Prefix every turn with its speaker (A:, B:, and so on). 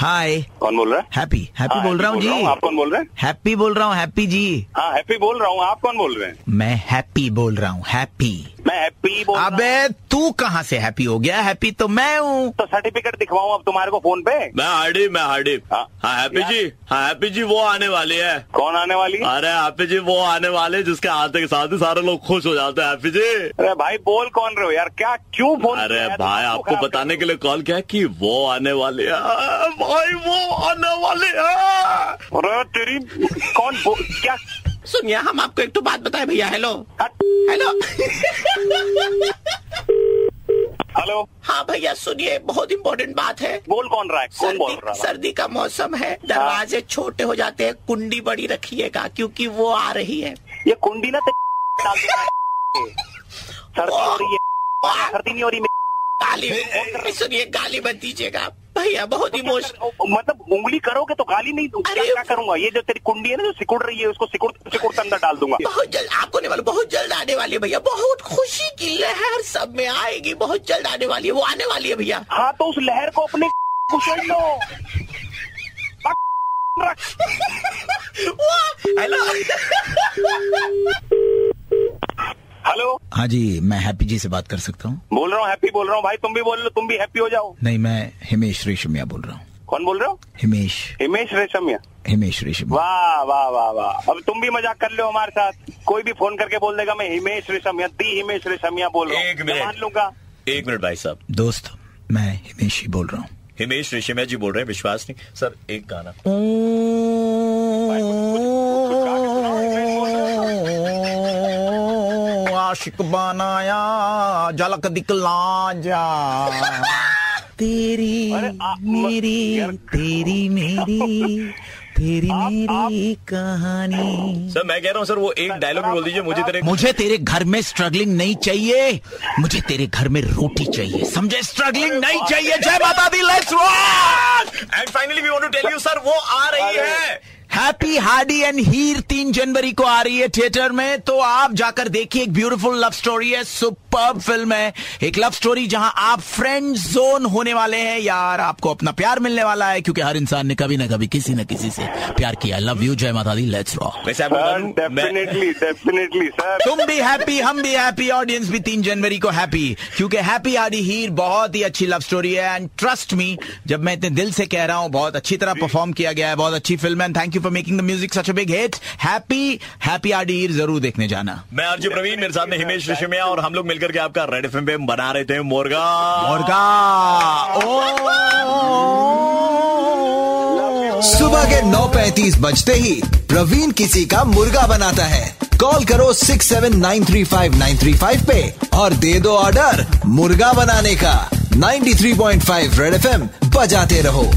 A: हाय
B: कौन बोल रहा है
A: हैप्पी हैप्पी
B: हाँ,
A: बोल रहा हूँ जी
B: आप कौन बोल रहे हैं
A: हैप्पी बोल रहा हूँ हैप्पी जी
B: हाँ हैप्पी बोल रहा हूँ आप कौन बोल रहे हैं
A: मैं हैप्पी बोल रहा हूँ हैप्पी
B: मैं हैप्पी बोल रहा हूँ
A: अबे तू कहाँ से हैप्पी हो गया हैप्पी तो मैं हूँ
B: तो सर्टिफिकेट दिखवाऊँ अब तुम्हारे को फोन पे
C: मैं हार्डी मैं हार्डी
B: हाँ।
C: हाँ हैप्पी
B: यार-
C: जी हाँ हैप्पी जी वो आने वाली है
B: कौन आने वाली है
C: अरे हैप्पी जी वो आने वाले जिसके आते के साथ ही सारे लोग खुश हो जाते हैं हैप्पी जी
B: अरे भाई बोल कौन रहे हो यार क्या क्यों फोन
C: अरे
B: किया यार? तुम
C: भाई
B: तो
C: आपको
B: खराब
C: बताने
B: कर
C: के लिए कॉल किया कि वो आने वाले हैं भाई वो आने वाले हैं
B: रहे हो। अरे तेरी कौन बो- क्या
C: सुनिए हम आपको एक तो बात बताए भैया हेलो
B: हट।
C: हेलो
B: हेलो
C: हाँ भैया सुनिए बहुत इम्पोर्टेंट बात है
B: बोल कौन रहा है कौन बोल रहा
C: सर्दी,
B: है
C: सर्दी का मौसम है
A: हाँ।
C: दरवाजे छोटे हो जाते हैं कुंडी बड़ी रखिएगा क्योंकि वो आ रही है
B: ये कुंडी ना तेरे डाल दूंगा। सर्दी हो रही है सर्दी नहीं हो रही
C: गाली सुनिए गाली मत दीजिएगा भैया बहुत इमोशन
B: मतलब उंगली करोगे तो गाली नहीं दूंगा
C: अरे-
B: क्या, क्या करूंगा ये जो तेरी कुंडी है ना जो सिकुड़ रही है उसको सिकुड़ सिकुड़ अंदर डाल दूंगा
C: बहुत जल्द आपको नहीं वाला बहुत जल्द आने वाली है भैया बहुत खुशी की लहर सब में आएगी बहुत जल्द आने वाली है वो आने वाली है भैया
B: हाँ तो उस लहर को अपने कुचल लो रख।
C: वाह, हेलो
B: हेलो
A: हाँ जी मैं हैप्पी जी से बात कर सकता हूँ
B: बोल रहा हूँ हैप्पी बोल रहा हूँ भाई तुम भी बोल लो तुम भी हैप्पी हो जाओ
A: नहीं मैं हिमेश रेशमिया बोल रहा हूँ
B: कौन बोल रहे हो
A: हिमेश
B: हिमेश रेशमिया
A: हिमेश रेशमिया
B: वाह वाह वाह वाह अब तुम भी मजाक कर लो हमारे साथ कोई भी फोन करके बोल देगा मैं हिमेश रेशमिया दी हिमेश रेशमिया बोल रहा हूँ
C: एक
B: मैं
C: मिनट।
B: मान लूंगा
C: एक मिनट भाई साहब
A: दोस्त मैं हिमेश ही बोल रहा हूँ
C: हिमेश ऋषिमिया जी बोल रहे हैं विश्वास नहीं सर एक गाना
A: आशिक बनाया झलक दिखला जा तेरी
B: अरे आ- म-
A: मेरी
B: यार-
A: तेरी मेरी तेरी
B: आप-
A: मेरी कहानी
C: सर मैं कह रहा हूँ सर वो एक डायलॉग बोल दीजिए मुझे तेरे
A: मुझे तेरे घर में स्ट्रगलिंग नहीं चाहिए मुझे तेरे घर में रोटी चाहिए समझे स्ट्रगलिंग नहीं चाहिए जय माता दी let's rock
C: and finally we want to tell you sir वो आ रही
B: अरे।
C: है
A: हैप्पी हार्डी एंड हीर तीन जनवरी को आ रही है थिएटर में तो आप जाकर देखिए एक ब्यूटीफुल लव स्टोरी है सुपर फिल्म है एक लव स्टोरी जहां आप फ्रेंड जोन होने वाले हैं यार आपको अपना प्यार मिलने वाला है क्योंकि हर इंसान ने कभी ना कभी किसी न किसी से प्यार किया लव यू जय माता दी लेट्स रॉक
C: वैसे आपको बता
B: सर
C: दूं, मैं-
B: डेफिनेटली डेफिनेटली सर
A: तुम भी हैप्पी हम भी हैप्पी ऑडियंस भी तीन जनवरी को हैप्पी क्योंकि हैप्पी हार्डी हीर बहुत ही अच्छी लव स्टोरी है एंड ट्रस्ट मी जब मैं इतने दिल से कह रहा हूँ बहुत अच्छी तरह परफॉर्म किया गया है बहुत अच्छी फिल्म है and thank you for making the music such a big hit happy Happy Hardy Heer जरूर देखने जाना
C: मैं आरजी प्रवीण मेरे सामने हिमेश रेशमिया और हम लोग मिलकर के आपका रेड एफ पे बना रहे थे मोरगा
A: मुर्गा ओ
D: सुबह के 9:35 बजते ही प्रवीण किसी का मुर्गा बनाता है कॉल करो 6793595 पे और दे दो ऑर्डर मुर्गा बनाने का 93.5 रेड एफएम बजाते रहो